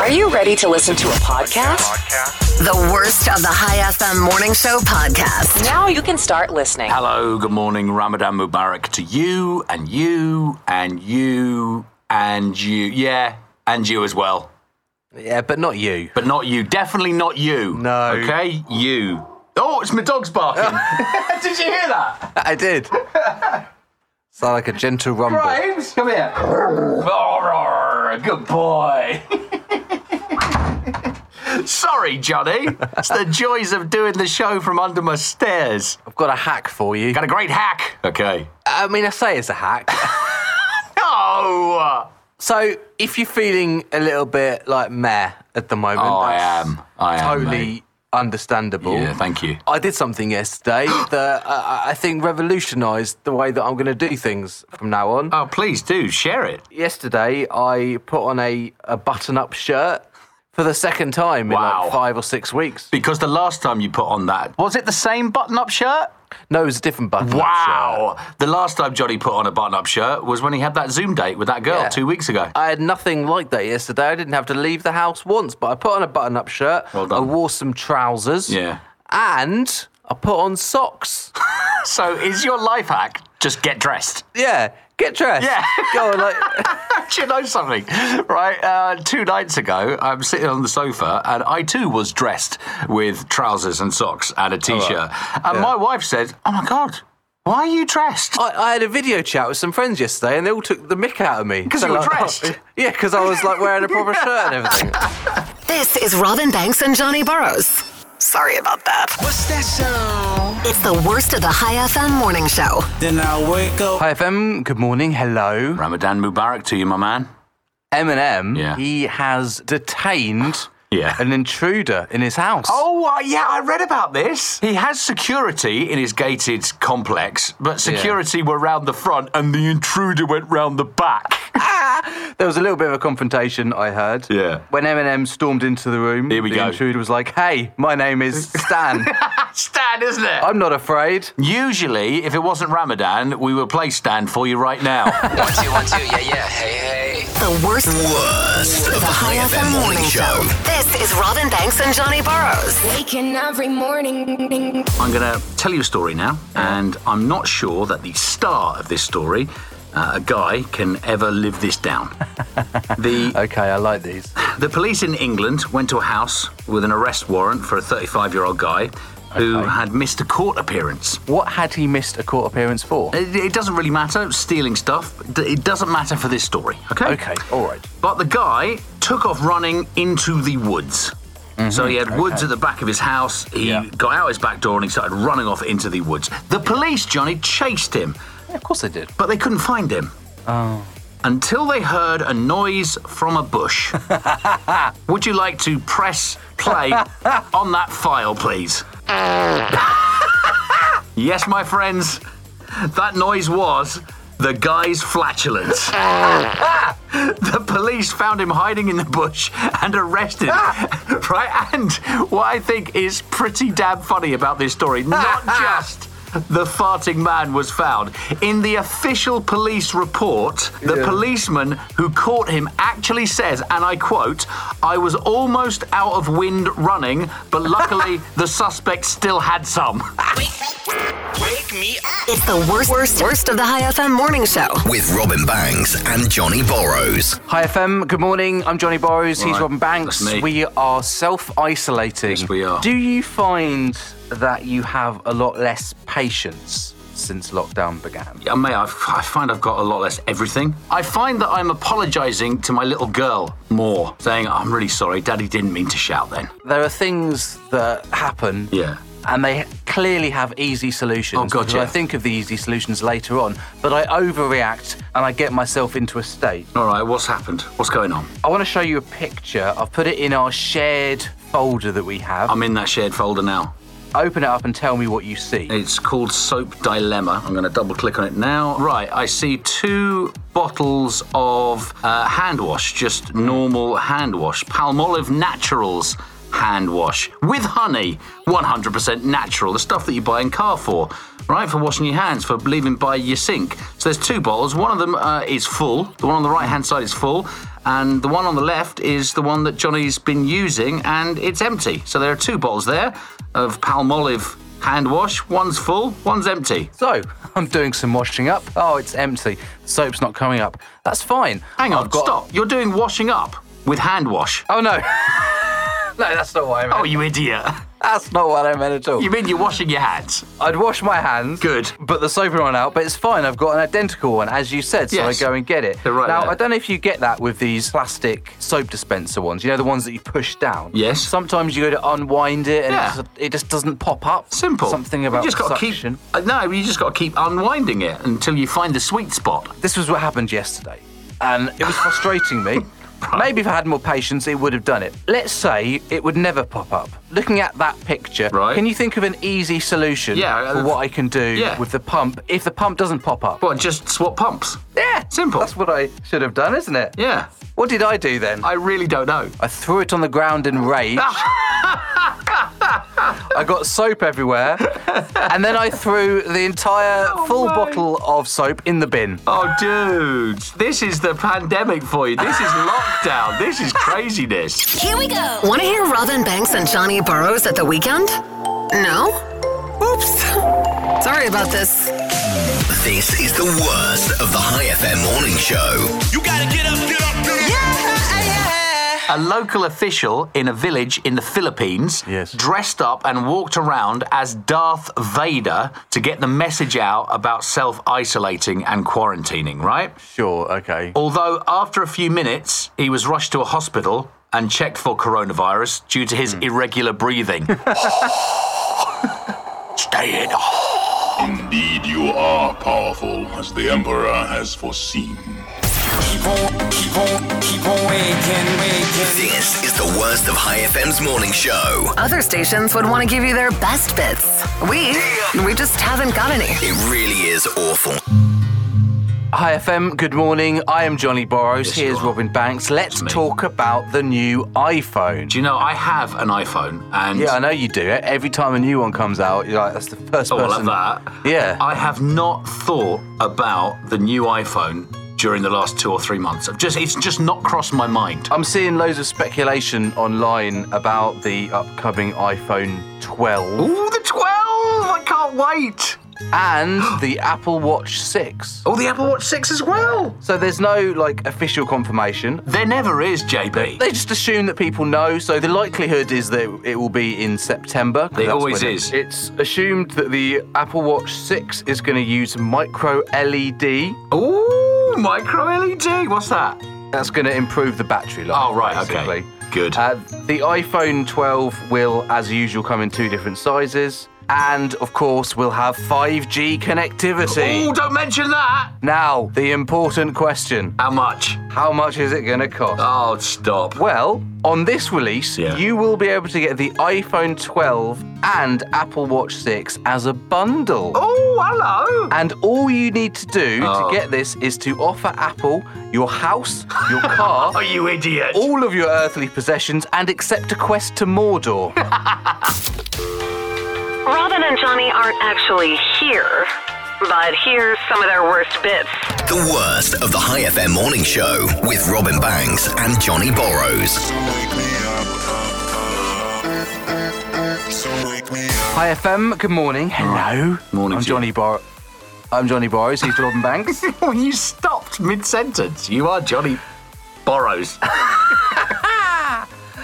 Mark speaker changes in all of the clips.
Speaker 1: Are you ready to listen to a podcast?
Speaker 2: The worst of the High FM Morning Show podcast.
Speaker 1: Now you can start listening.
Speaker 3: Hello, good morning, Ramadan Mubarak to you and you and you and you. Yeah, and you as well.
Speaker 4: Yeah, but not you.
Speaker 3: But not you. Definitely not you.
Speaker 4: No.
Speaker 3: Okay? You. Oh, it's my dog's barking. Did you hear that?
Speaker 4: I did. Sound like a gentle rumble.
Speaker 3: Grimes, come here. Roar, roar, Good boy. Sorry, Johnny. It's the joys of doing the show from under my stairs.
Speaker 4: I've got a hack for you.
Speaker 3: Got a great hack. Okay.
Speaker 4: I mean, I say it's a hack.
Speaker 3: Oh.
Speaker 4: so, if you're feeling a little bit like meh at the moment,
Speaker 3: Oh, I
Speaker 4: that's
Speaker 3: am. I am,
Speaker 4: totally
Speaker 3: mate.
Speaker 4: understandable.
Speaker 3: Yeah, thank you.
Speaker 4: I did something yesterday that uh, I think revolutionised the way that I'm going to do things from now on. Uh,
Speaker 3: Oh, please do share it.
Speaker 4: yesterday, I put on a, a button-up shirt for the second time in
Speaker 3: Wow.
Speaker 4: like five or six weeks.
Speaker 3: Because the last time you put on that, was it the same button up shirt?
Speaker 4: No, it was a different button-up shirt.
Speaker 3: Wow. The last time Johnny put on a button up shirt was when he had that Zoom date with that girl
Speaker 4: Yeah.
Speaker 3: two weeks ago.
Speaker 4: I had nothing like that yesterday. I didn't have to leave the house once, but I put on a button up shirt.
Speaker 3: Well done.
Speaker 4: I wore some trousers.
Speaker 3: Yeah.
Speaker 4: And I put on socks.
Speaker 3: So is your life hack just get dressed?
Speaker 4: yeah. Get dressed.
Speaker 3: Yeah.
Speaker 4: Go on, like.
Speaker 3: Do you know something? Right, uh, two nights ago, I'm sitting on the sofa and I too was dressed with trousers and socks and a t shirt. And my wife said, Oh my God, why are you dressed?
Speaker 4: I, I had a video chat with some friends yesterday and they all took the mick out of me.
Speaker 3: 'Cause
Speaker 4: They're
Speaker 3: you were
Speaker 4: like,
Speaker 3: dressed.
Speaker 4: yeah, because I was like wearing a proper shirt and everything.
Speaker 2: This is Robin Banks and Johnny Burrows. Sorry about that.
Speaker 5: What's that sound?
Speaker 2: It's the worst of the High FM Morning Show.
Speaker 5: Then I wake up.
Speaker 4: Hi, FM. Good morning. Hello.
Speaker 3: Ramadan Mubarak to you, my man.
Speaker 4: Eminem,
Speaker 3: Yeah.
Speaker 4: he has detained
Speaker 3: Yeah.
Speaker 4: an intruder in his house.
Speaker 3: Oh, uh, yeah, I read about this. He has security in his gated complex, but security were round the front and the intruder went round the back.
Speaker 4: There was a little bit of a confrontation, I heard.
Speaker 3: Yeah.
Speaker 4: When Eminem stormed into the room,
Speaker 3: Here we
Speaker 4: the
Speaker 3: go.
Speaker 4: intruder was like, hey, my name is Stan.
Speaker 3: Stan, isn't it?
Speaker 4: I'm not afraid.
Speaker 3: Usually, if it wasn't Ramadan, we would play Stan for you right now.
Speaker 6: One, two, one, two, yeah, yeah, hey, hey.
Speaker 2: The worst, worst of the High FM Morning Show. This is Robin Banks and Johnny Burrows.
Speaker 7: Waking every morning.
Speaker 3: I'm going to tell you a story now, and I'm not sure that the star of this story, uh, a guy, can ever live this down. the
Speaker 4: Okay, I like these.
Speaker 3: The police in England went to a house with an arrest warrant for a 35 year old guy who
Speaker 4: Okay.
Speaker 3: had missed a court appearance.
Speaker 4: What had he missed a court appearance for?
Speaker 3: It, it doesn't really matter, stealing stuff. D- It doesn't matter for this story, okay?
Speaker 4: Okay, all right.
Speaker 3: But the guy took off running into the woods. So he had woods at the back of his house. He
Speaker 4: Mm-hmm. Yeah.
Speaker 3: got out his back door and he started running off into the woods. The police, Johnny, chased him,
Speaker 4: Yeah, of course I did.
Speaker 3: but they couldn't find him. Until they heard a noise from a bush. Would you like to press play on that file, please? yes, my friends, that noise was the guy's flatulence. the police found him hiding in the bush and arrested. right? And what I think is pretty damn funny about this story, not just. The farting man was found. In the official police report, the policeman who caught him actually says, and I quote, I was almost out of wind running, but luckily the suspect still had some.
Speaker 2: It's the worst, worst, worst of the High FM Morning Show.
Speaker 8: with Robin Banks and Johnny Borrows.
Speaker 4: Hi, FM. Good morning. I'm Johnny Borrows. He's
Speaker 3: Right,
Speaker 4: Robin Banks.
Speaker 3: that's me.
Speaker 4: We are self isolating.
Speaker 3: Yes, we are.
Speaker 4: Do you find that you have a lot less patience since lockdown began?
Speaker 3: Yeah, mate, I, f- I find I've got a lot less everything. I find that I'm apologising to my little girl more, saying, I'm really sorry, daddy didn't mean to shout then.
Speaker 4: There are things that happen
Speaker 3: Yeah.
Speaker 4: and they clearly have easy solutions.
Speaker 3: Oh, God,
Speaker 4: because
Speaker 3: yeah.
Speaker 4: I think of the easy solutions later on, but I overreact and I get myself into a state.
Speaker 3: All right, what's happened? What's going on?
Speaker 4: I want to show you a picture. I've put it in our shared folder that we have.
Speaker 3: I'm in that shared folder now.
Speaker 4: Open it up and tell me what you see.
Speaker 3: It's called Soap Dilemma. I'm going to double click on it now. Right, I see two bottles of uh, hand wash, just normal hand wash, Palmolive Naturals hand wash with honey, 100% natural, the stuff that you buy in Carrefour, right? For washing your hands, for leaving by your sink. So there's two bottles. One of them uh, is full. The one on the right hand side is full, and the one on the left is the one that Johnny's been using, and it's empty. So there are two bottles there of Palmolive hand wash. One's full, one's empty.
Speaker 4: So, I'm doing some washing up. Oh, it's empty. Soap's not coming up. That's fine.
Speaker 3: Hang on,
Speaker 4: I've got-
Speaker 3: stop. You're doing washing up with hand wash.
Speaker 4: Oh, no. no, that's not what I meant.
Speaker 3: Oh, you idiot.
Speaker 4: That's not what I meant at all.
Speaker 3: You mean you're washing your hands?
Speaker 4: I'd wash my hands.
Speaker 3: Good.
Speaker 4: But the soap had run out, but it's fine. I've got an identical one, as you said, so
Speaker 3: Yes.
Speaker 4: I go and get it.
Speaker 3: They're right
Speaker 4: now,
Speaker 3: there.
Speaker 4: I don't know if you get that with these plastic soap dispenser ones, you know, the ones that you push down.
Speaker 3: Yes.
Speaker 4: Sometimes you go to unwind it and
Speaker 3: Yeah.
Speaker 4: it, just, it just doesn't pop up.
Speaker 3: Simple.
Speaker 4: Something about
Speaker 3: you just gotta
Speaker 4: suction.
Speaker 3: keep. uh, No, you just got to keep unwinding it until you find the sweet spot.
Speaker 4: This was what happened yesterday, and it was frustrating me. Maybe if I had more patience, it would have done it. Let's say it would never pop up. Looking at that picture,
Speaker 3: Right.
Speaker 4: can you think of an easy solution
Speaker 3: Yeah, uh,
Speaker 4: for what I can do
Speaker 3: yeah.
Speaker 4: with the pump if the pump doesn't pop up?
Speaker 3: Well, just swap pumps.
Speaker 4: Yeah,
Speaker 3: Simple.
Speaker 4: That's what I should have done, isn't it?
Speaker 3: Yeah.
Speaker 4: What did I do then? I,
Speaker 3: I really don't know.
Speaker 4: threw it on the ground in rage. I got soap everywhere, and then I threw the entire full
Speaker 3: my.
Speaker 4: bottle of soap in the bin.
Speaker 3: Oh, dude, this is the pandemic for you. This is lockdown. This is craziness.
Speaker 2: Here we go. Want to hear Robin Banks and Johnny Burrows at the weekend? No? Oops. Sorry about this.
Speaker 8: This is the worst of the High FM morning show.
Speaker 5: You gotta get up, get up, get up.
Speaker 3: A local official in a village in the Philippines
Speaker 4: Yes.
Speaker 3: dressed up and walked around as Darth Vader to get the message out about self isolating and quarantining, right?
Speaker 4: Sure, okay.
Speaker 3: Although, after a few minutes, he was rushed to a hospital and checked for coronavirus due to his
Speaker 4: Hmm.
Speaker 3: irregular breathing. Stay in.
Speaker 9: Indeed, you are powerful, as the Emperor has foreseen.
Speaker 5: Keep on, keep on, keep on waking, waking.
Speaker 8: This is the worst of High FM's morning show.
Speaker 2: Other stations would want to give you their best bits. We, we just haven't got any.
Speaker 8: It really is awful.
Speaker 4: Hi FM, good morning. I am Johnny Borrows.
Speaker 3: Yes, you
Speaker 4: Here's
Speaker 3: are.
Speaker 4: Robin Banks. Let's
Speaker 3: me.
Speaker 4: talk about the new iPhone.
Speaker 3: Do you know, I have an iPhone and.
Speaker 4: Yeah, I know you do it. Every time a new one comes out, you're like, that's the first
Speaker 3: Oh, I love
Speaker 4: person.
Speaker 3: that.
Speaker 4: Yeah.
Speaker 3: I have not thought about the new iPhone during the last two or three months. I've just It's just not crossed my mind.
Speaker 4: I'm seeing loads of speculation online about the upcoming iPhone 12
Speaker 3: Ooh, the 12! I can't wait!
Speaker 4: and the Apple Watch 6.
Speaker 3: Oh, the Apple Watch 6 as well!
Speaker 4: So there's no like official confirmation.
Speaker 3: There never is, JB.
Speaker 4: They just assume that people know, so the likelihood is that it will be in September. 'cause
Speaker 3: It
Speaker 4: that's
Speaker 3: always
Speaker 4: when
Speaker 3: is.
Speaker 4: It's assumed that the Apple Watch 6 is going to use micro E LED.
Speaker 3: Ooh, micro LED. What's that?
Speaker 4: That's going to improve the battery life.
Speaker 3: Oh, right, okay.
Speaker 4: basically.
Speaker 3: Good.
Speaker 4: Uh, the iPhone 12 will, as usual, come in two different sizes. And of course, we'll have 5G connectivity.
Speaker 3: Oh, don't mention that!
Speaker 4: Now, the important question
Speaker 3: How much?
Speaker 4: how much is it going to cost?
Speaker 3: Oh, stop.
Speaker 4: Well, on this release,
Speaker 3: Yeah.
Speaker 4: you will be able to get the iPhone 12 and Apple Watch 6 as a bundle.
Speaker 3: Oh, hello.
Speaker 4: And all you need to do
Speaker 3: Oh.
Speaker 4: to get this is to offer Apple your house, your car,
Speaker 3: Are you idiot?
Speaker 4: all of your earthly possessions, and accept a quest to Mordor.
Speaker 2: Robin and Johnny aren't actually here, but here's some of their worst bits.
Speaker 8: The worst of the High FM morning show with Robin Banks and Johnny Borrows.
Speaker 9: Wake me up, up, up. So wake me up.
Speaker 4: Hi FM, good morning. Hello.
Speaker 3: Morning
Speaker 4: I'm
Speaker 3: to you.
Speaker 4: Johnny Bor I'm Johnny Borrows, he's Robin Banks.
Speaker 3: Oh, you stopped mid sentence. You are Johnny Borrows.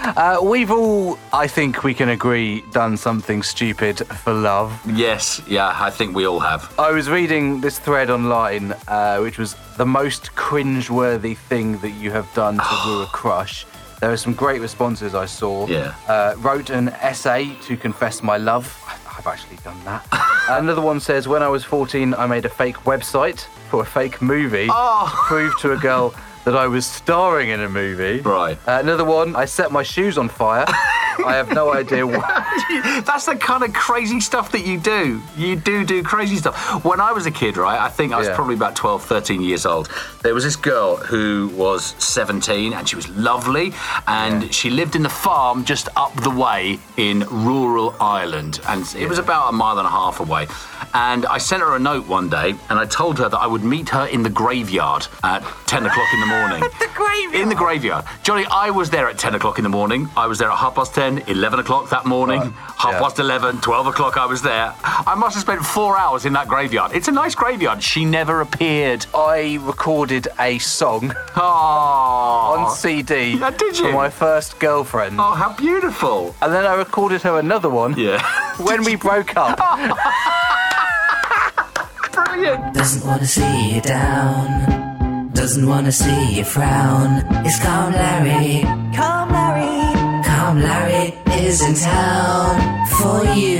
Speaker 4: Uh, we've all, I think we can agree, done something stupid for love.
Speaker 3: yes, yeah, I think we all have.
Speaker 4: I was reading this thread online, uh, which was the most cringeworthy thing that you have done to woo a crush. There are some great responses I saw.
Speaker 3: Yeah.
Speaker 4: Uh, wrote an essay to confess my love. I- I've actually done that. Another one says, when I was 14, I made a fake website for a fake movie
Speaker 3: Oh.
Speaker 4: to prove to a girl that I was starring in a movie.
Speaker 3: Right.
Speaker 4: Uh, another one, I set my shoes on fire. I have no idea why.
Speaker 3: That's the kind of crazy stuff that you do. You do do crazy stuff. When I was a kid, right, I think I was
Speaker 4: Yeah.
Speaker 3: probably about 12, 13 years old. There was this girl who was 17 and she was lovely and she lived in the farm just up the way in rural Ireland. And it was about a mile and a half away. And I sent her a note one day and I told her that I would meet her in the graveyard at 10 o'clock in the morning. the graveyard? In the graveyard. Johnny, I was there at 10 o'clock in the morning. I was there at half past 10, 11 o'clock that morning, half
Speaker 4: yeah.
Speaker 3: past 11, 12 o'clock I was there. I must have spent four hours in that graveyard. It's a nice graveyard. She never appeared.
Speaker 4: I recorded a song
Speaker 3: Oh.
Speaker 4: on CD
Speaker 3: Yeah, did you?
Speaker 4: for my first girlfriend,
Speaker 3: Oh, how beautiful.
Speaker 4: and then I recorded her another one
Speaker 3: Yeah.
Speaker 4: when we broke up.
Speaker 3: Brilliant.
Speaker 10: Doesn't wanna see you down. Doesn't wanna see you frown. It's Calm Larry. Calm Larry. Calm Larry is in town for you.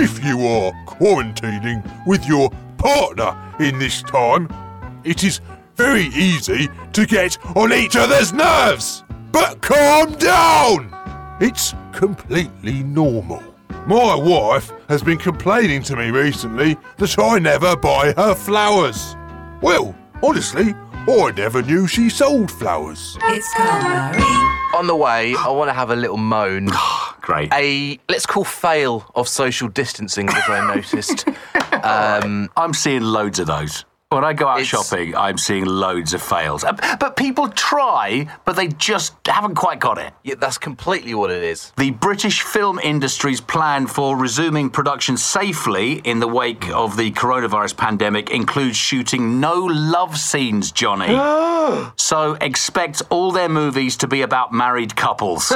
Speaker 9: If you are quarantining with your partner in this time, it is very easy to get on each other's nerves. But calm down! It's completely normal. My wife has been complaining to me recently that I never buy her flowers. Well, honestly, I never knew she sold flowers.
Speaker 10: It's Calm Larry.
Speaker 4: on the way, I want to have a little moan.
Speaker 3: Great.
Speaker 4: A let's call fail of social distancing that I noticed. Um,
Speaker 3: I'm seeing loads of those. When I go out
Speaker 4: It's-
Speaker 3: shopping, I'm seeing loads of fails. Uh, But people try, but they just haven't quite got it.
Speaker 4: yeah, that's completely what it is.
Speaker 3: The British film industry's plan for resuming production safely in the wake of the coronavirus pandemic includes shooting no love scenes, Johnny. so expect all their movies to be about married couples.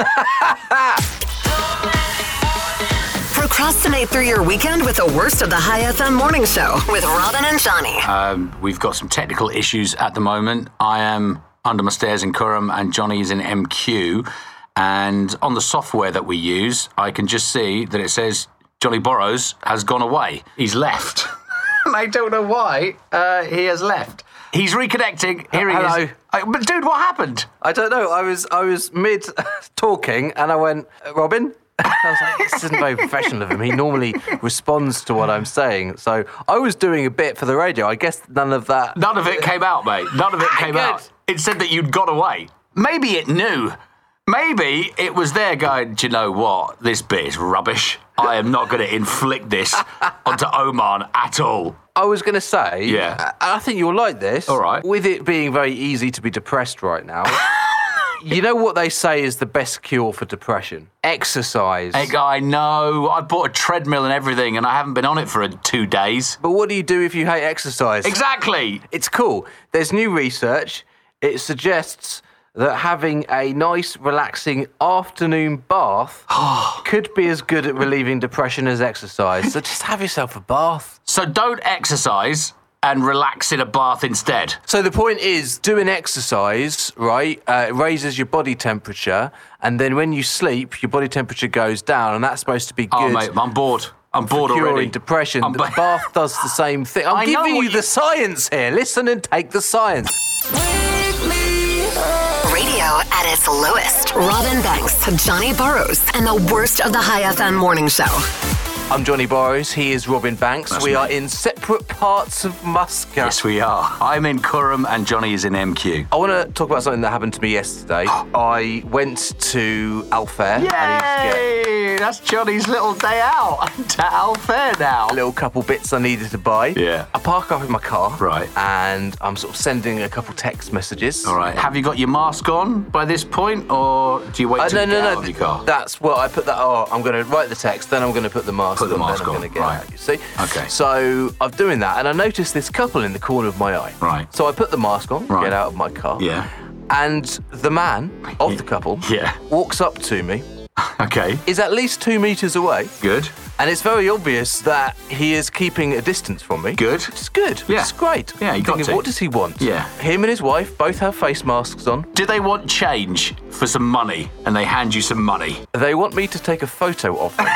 Speaker 2: Procrastinate through your weekend with the worst of the High FM morning show with Robin and Johnny.
Speaker 3: We've got some technical issues at the moment. I am under my stairs in Curram, and Johnny is in MQ. And on the software that we use, I can just see that it says Johnny Borrows has gone away. He's left. and I don't know why uh, he has left. He's reconnecting. Here he
Speaker 4: Hello.
Speaker 3: is. Uh, but dude, what happened?
Speaker 4: I don't know. I was I was mid talking and I went, Robin. I was like, this isn't very professional of him. He normally responds to what I'm saying. So I was doing a bit for the radio. I guess none of that.
Speaker 3: None of it came out, mate. None of it came
Speaker 4: Uh, Good.
Speaker 3: out. It said that you'd got away. Maybe it knew. Maybe it was there going, do you know what? This bit is rubbish. I am not going to inflict this onto Oman at all.
Speaker 4: I was going to say,
Speaker 3: Yeah.
Speaker 4: I I think you'll like this.
Speaker 3: All right.
Speaker 4: With it being very easy to be depressed right now, you know what they say is the best cure for depression? Exercise.
Speaker 3: Hey, guy, no. I bought a treadmill and everything, and I haven't been on it for uh, two days.
Speaker 4: but what do you do if you hate exercise?
Speaker 3: Exactly.
Speaker 4: It's cool. There's new research. It suggests that having a nice, relaxing afternoon bath could be as good at relieving depression as exercise. So just have yourself a bath.
Speaker 3: So don't exercise and relax in a bath instead.
Speaker 4: So the point is, doing exercise, right, uh, it raises your body temperature, and then when you sleep, your body temperature goes down, and that's supposed to be good.
Speaker 3: Oh, mate, I'm bored. I'm bored
Speaker 4: curing
Speaker 3: already.
Speaker 4: depression.
Speaker 3: I'm
Speaker 4: but
Speaker 3: ba-
Speaker 4: the bath does the same thing. I'm
Speaker 3: I know
Speaker 4: giving
Speaker 3: what
Speaker 4: you the
Speaker 3: you-
Speaker 4: science here. Listen and take the science.
Speaker 2: Radio at its lowest. Robin Banks, Johnny Burrows, and the worst of the High FM morning show.
Speaker 4: I'm Johnny Borrows. He is Robin Banks. we
Speaker 3: me.
Speaker 4: are in separate parts of Muscat.
Speaker 3: Yes, we are. I'm in Curram, and Johnny is in MQ.
Speaker 4: I want to talk about something that happened to me yesterday. I went to Alfair. I needed to get
Speaker 3: Yay! That's Johnny's little day out. I'm to Alfair now.
Speaker 4: a little couple bits I needed to buy.
Speaker 3: Yeah.
Speaker 4: I park up in my car.
Speaker 3: Right.
Speaker 4: And I'm sort of sending a couple text messages.
Speaker 3: All right. Have you got your mask on by this point, or do you wait
Speaker 4: Uh,
Speaker 3: till
Speaker 4: no,
Speaker 3: you get
Speaker 4: no,
Speaker 3: out
Speaker 4: no.
Speaker 3: of your car?
Speaker 4: That's well, I put that. Oh, I'm going to write the text, then I'm going to put the mask
Speaker 3: Put the
Speaker 4: on. then
Speaker 3: mask
Speaker 4: I'm
Speaker 3: on,
Speaker 4: Gonna get
Speaker 3: right.
Speaker 4: out, you see?
Speaker 3: Okay.
Speaker 4: So I'm doing that, and I noticed this couple in the corner of my eye.
Speaker 3: Right.
Speaker 4: So I put the mask on,
Speaker 3: Right.
Speaker 4: get out of my car.
Speaker 3: Yeah.
Speaker 4: And the man of the couple
Speaker 3: Yeah.
Speaker 4: walks up to me,
Speaker 3: okay.
Speaker 4: is at least two meters away,
Speaker 3: Good.
Speaker 4: and it's very obvious that he is keeping a distance from me.
Speaker 3: Good.
Speaker 4: Which is good.
Speaker 3: Yeah.
Speaker 4: It's great.
Speaker 3: Yeah, you
Speaker 4: I'm
Speaker 3: got
Speaker 4: thinking,
Speaker 3: to.
Speaker 4: What does he want?
Speaker 3: Yeah.
Speaker 4: Him and his wife both have face masks on.
Speaker 3: Do they want change for some money, and they hand you some money?
Speaker 4: They want me to take a photo of them.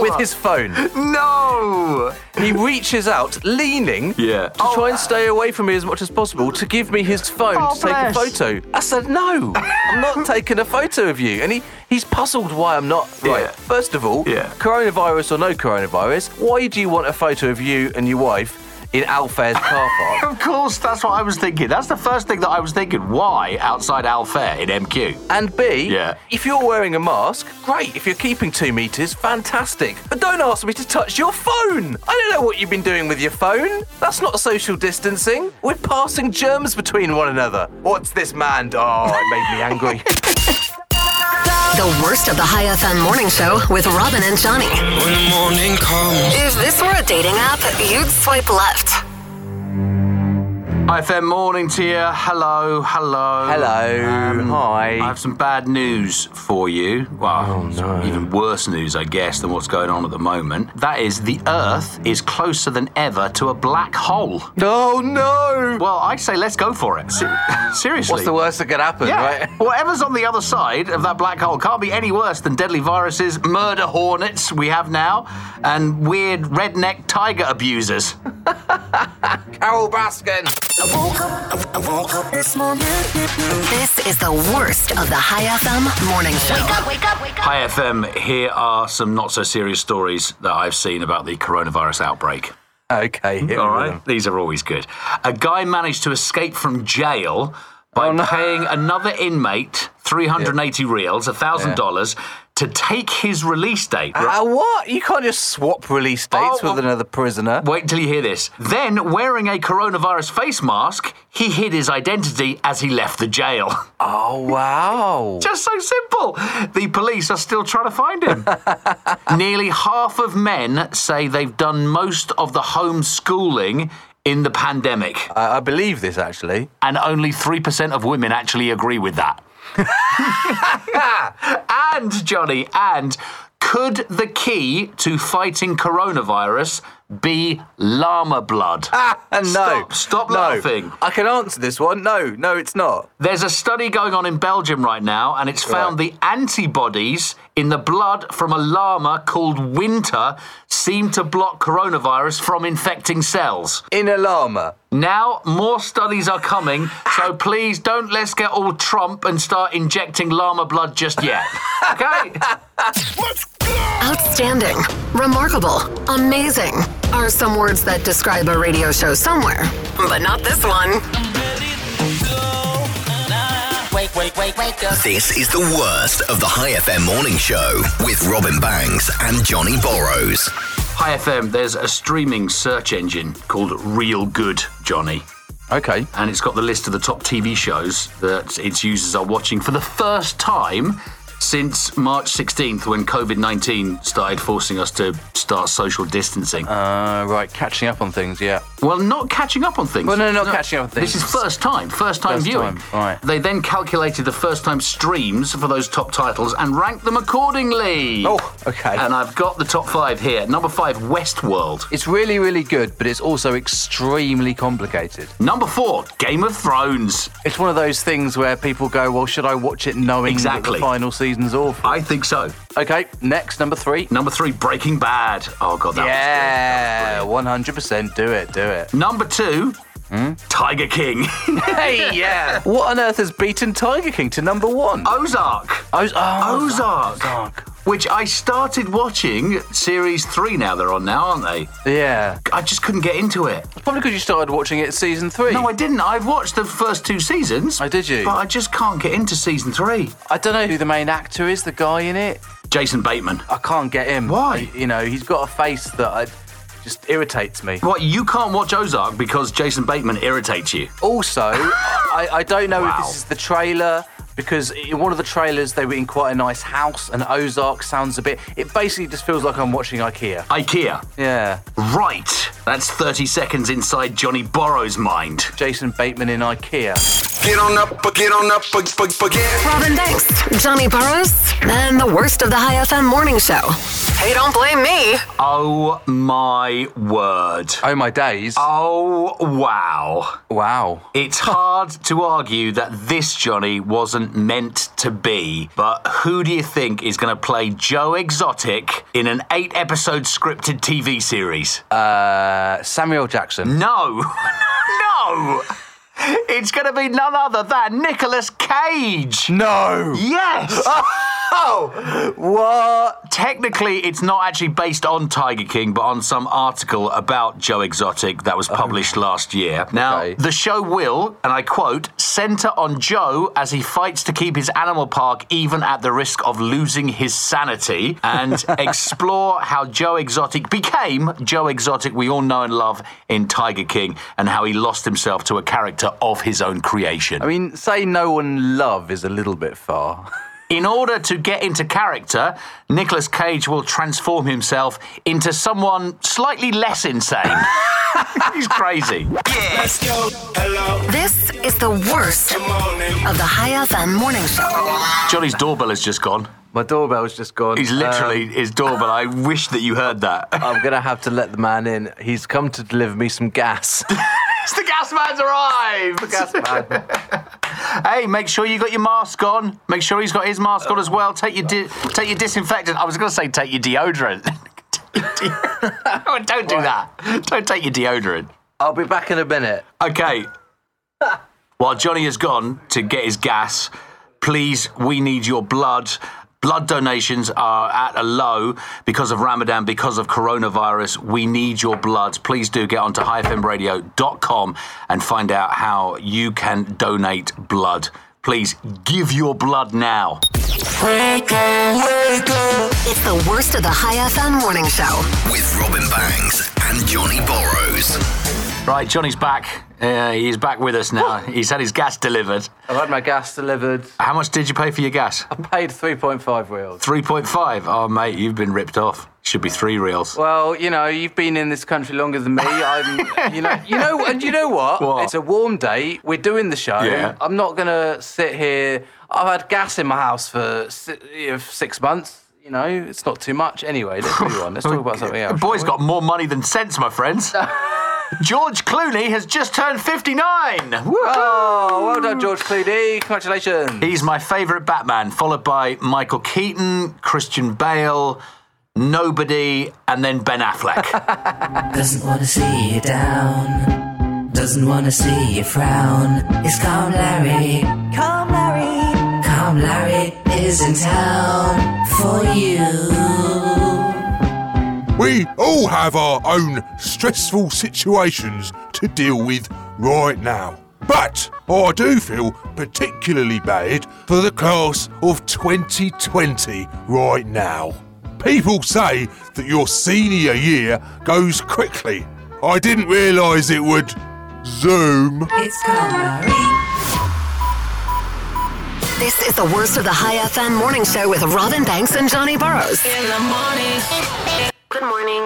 Speaker 4: with his phone.
Speaker 3: No!
Speaker 4: He reaches out, leaning,
Speaker 3: Yeah.
Speaker 4: to try and stay away from me as much as possible, to give me his phone
Speaker 3: Oh,
Speaker 4: to take
Speaker 3: bless.
Speaker 4: a photo. I said, "No, I'm not taking a photo of you." And he, he's puzzled why I'm not. Right.
Speaker 3: Yeah.
Speaker 4: First of all,
Speaker 3: Yeah.
Speaker 4: coronavirus or no coronavirus, why do you want a photo of you and your wife in Alfair's car park?
Speaker 3: Of course, that's what I was thinking. That's the first thing that I was thinking. Why outside Alfair in MQ?
Speaker 4: And B,
Speaker 3: Yeah.
Speaker 4: if you're wearing a mask, great. If you're keeping two meters, fantastic. But don't ask me to touch your phone. I don't know what you've been doing with your phone. That's not social distancing. We're passing germs between one another. What's this man? Oh, it made me angry.
Speaker 2: The worst of the High FM morning show with Robin and Johnny.
Speaker 5: When the morning comes,
Speaker 2: If this were a dating app, you'd swipe left.
Speaker 3: IFM morning to you. Hello, hello.
Speaker 4: Hello. Um, Hi.
Speaker 3: Mm.
Speaker 4: Oh,
Speaker 3: I have some bad news for you. Well, it's even worse news, I guess, than what's going on at the moment. That is, the Earth is closer than ever to a black hole.
Speaker 4: oh no!
Speaker 3: Well, I'd say let's go for it. Se- Seriously.
Speaker 4: What's the worst that could happen,
Speaker 3: Yeah.
Speaker 4: right?
Speaker 3: Whatever's on the other side of that black hole can't be any worse than deadly viruses, murder hornets we have now, and weird redneck tiger abusers.
Speaker 4: Carol Baskin.
Speaker 5: I woke up this morning.
Speaker 2: This is the worst of the High FM morning show.
Speaker 3: Hi FM, here are some not so serious stories that I've seen about the coronavirus outbreak.
Speaker 4: Okay, hit me
Speaker 3: All
Speaker 4: with
Speaker 3: right,
Speaker 4: them.
Speaker 3: these are always good. A guy managed to escape from jail by
Speaker 4: Oh, no.
Speaker 3: paying another inmate 380 reals, $1,000, to take his release date. right?
Speaker 4: Ah, what? You can't just swap release dates
Speaker 3: Oh,
Speaker 4: with another prisoner.
Speaker 3: Wait until you hear this. Then, wearing a coronavirus face mask, he hid his identity as he left the jail.
Speaker 4: Oh wow!
Speaker 3: Just so simple. The police are still trying to find him. Nearly half of men say they've done most of the homeschooling in the pandemic,
Speaker 4: I, I believe this actually.
Speaker 3: and only 3% of women actually agree with that. and, Johnny, and could the key to fighting coronavirus be llama blood?
Speaker 4: And no,
Speaker 3: Stop, stop
Speaker 4: no.
Speaker 3: laughing.
Speaker 4: I can answer this one. No, no, it's not.
Speaker 3: There's a study going on in Belgium right now, and it's found the antibodies in the blood from a llama called Winter seem to block coronavirus from infecting cells.
Speaker 4: In a llama.
Speaker 3: Now, more studies are coming, so please don't let's get all Trump and start injecting llama blood just yet. Okay?
Speaker 2: Outstanding, remarkable, amazing are some words that describe a radio show somewhere, but not this one.
Speaker 6: Wake, wake, wake, wake up.
Speaker 8: This is the worst of the High FM morning show with Robin Banks and Johnny Borrows.
Speaker 3: Hi, FM, there's a streaming search engine called Real Good, Johnny.
Speaker 4: Okay.
Speaker 3: and it's got the list of the top TV shows that its users are watching for the first time since March 16th when COVID 19 started forcing us to start social distancing.
Speaker 4: Uh, right, catching up on things. Yeah.
Speaker 3: well, not catching up on things.
Speaker 4: Well, no, not catching up on
Speaker 3: This is
Speaker 4: things.
Speaker 3: first time, first time
Speaker 4: First
Speaker 3: viewing.
Speaker 4: time, right.
Speaker 3: They then calculated the first time streams for those top titles and ranked them accordingly.
Speaker 4: Oh, okay.
Speaker 3: And I've got the top five here. Number five, Westworld.
Speaker 4: It's really, really good, but it's also extremely complicated.
Speaker 3: Number four, Game of Thrones.
Speaker 4: It's one of those things where people go, "Well, should I watch it knowing that
Speaker 3: Exactly.
Speaker 4: the final season's awful?"
Speaker 3: I think so.
Speaker 4: Okay. Next, number three.
Speaker 3: Number three, Breaking Bad. Oh, God, that was good.
Speaker 4: yeah, one hundred percent. Do it. Do it.
Speaker 3: Number two,
Speaker 4: Hmm?
Speaker 3: Tiger King.
Speaker 4: hey, yeah. What on earth has beaten Tiger King to number one?
Speaker 3: Ozark.
Speaker 4: Oz- oh,
Speaker 3: Ozark.
Speaker 4: Ozark.
Speaker 3: Which I started watching series three now, they're on now, aren't they?
Speaker 4: Yeah.
Speaker 3: I just couldn't get into it.
Speaker 4: Probably because you started watching it season three.
Speaker 3: No, I didn't. I've watched the first two seasons.
Speaker 4: Oh, did you?
Speaker 3: But I just can't get into season three.
Speaker 4: I don't know who the main actor is, the guy in it.
Speaker 3: Jason Bateman.
Speaker 4: I can't get him.
Speaker 3: Why?
Speaker 4: I- you know, he's got a face that I, just irritates me.
Speaker 3: What, you can't watch Ozark because Jason Bateman irritates you?
Speaker 4: Also, I, I don't know if
Speaker 3: Wow.
Speaker 4: this is the trailer because in one of the trailers they were in quite a nice house and Ozark sounds a bit. It basically just feels like I'm watching IKEA.
Speaker 3: IKEA.
Speaker 4: Yeah.
Speaker 3: Right. That's 30 seconds inside Johnny Borrow's mind.
Speaker 4: Jason Bateman in IKEA.
Speaker 5: Get on up, but get on up, but but forget.
Speaker 2: Robin Banks, Johnny Burrows, and the worst of the High FM morning show. Hey, don't blame me.
Speaker 3: Oh my word.
Speaker 4: Oh my days.
Speaker 3: Oh, wow.
Speaker 4: wow.
Speaker 3: It's hard to argue that this Johnny was an wasn't meant to be. But who do you think is going to play Joe Exotic in an eight episode scripted TV series?
Speaker 4: Uh, Samuel Jackson.
Speaker 3: No. no. It's going to be none other than Nicolas Cage.
Speaker 4: No.
Speaker 3: Yes.
Speaker 4: Oh, what?
Speaker 3: Technically, it's not actually based on Tiger King, but on some article about Joe Exotic that was published last year. Now,
Speaker 4: Okay.
Speaker 3: the show will, and I quote, center on Joe as he fights to keep his animal park even at the risk of losing his sanity and explore how Joe Exotic became Joe Exotic we all know and love in Tiger King and how he lost himself to a character of his own creation.
Speaker 4: I mean, say no one love is a little bit far.
Speaker 3: In order to get into character, Nicolas Cage will transform himself into someone slightly less insane. He's crazy.
Speaker 5: Let's go. Hello.
Speaker 2: This is the worst
Speaker 5: Good morning.
Speaker 2: of the High FM morning show.
Speaker 3: Johnny's doorbell has just gone.
Speaker 4: My doorbell's just gone.
Speaker 3: He's literally his doorbell. I wish that you heard that.
Speaker 4: Um, I'm gonna have to let the man in. He's come to deliver me some gas.
Speaker 3: it's the gas man's arrived. hey, make sure you got your mask on. Make sure he's got his mask on as well. Take your di- take your disinfectant. I was going to say take your deodorant. Oh, Don't do that. Don't take your deodorant.
Speaker 4: I'll be back in a minute.
Speaker 3: Okay. While Johnny has gone to get his gas, please, we need your blood. Blood donations are at a low because of Ramadan, because of coronavirus. We need your blood. Please do get onto highfmradio.com and find out how you can donate blood. Please give your blood now.
Speaker 2: It's the worst of the High FM morning show.
Speaker 8: With Robin Bangs and Johnny Borrows.
Speaker 3: Right, Johnny's back. Uh, he's back with us now. He's had his gas delivered.
Speaker 4: I've had my gas delivered.
Speaker 3: How much did you pay for your gas?
Speaker 4: Paid 3.5 reals.
Speaker 3: 3.5. Oh, mate, you've been ripped off. Should be three reels.
Speaker 4: Well, you know, you've been in this country longer than me. I'm, you know, you know, and you know what?
Speaker 3: What?
Speaker 4: It's a warm day. We're doing the show.
Speaker 3: Yeah.
Speaker 4: I'm not gonna sit here. I've had gas in my house for si- you know, six months. You know, it's not too much. Anyway, let's move on. Let's talk about something else.
Speaker 3: The boy's
Speaker 4: shall
Speaker 3: got more money than sense, my friends. George Clooney has just turned 59. Woo.
Speaker 4: we? Oh, well done, George Clooney. Congratulations.
Speaker 3: He's my favourite Batman, followed by Michael Keaton, Christian Bale, Nobody, and then Ben Affleck.
Speaker 10: Doesn't wanna see you down. Doesn't wanna see you frown. It's Calm Larry. Calm Larry. Calm Larry is in town for you.
Speaker 9: We all have our own stressful situations to deal with right now. But I do feel particularly bad for the class of 2020 right now. People say that your senior year goes quickly. I didn't realise it would zoom.
Speaker 10: It's Calm Larry.
Speaker 2: This is the worst of the High FM morning show with Robin Banks and Johnny Burrows.
Speaker 1: Good morning.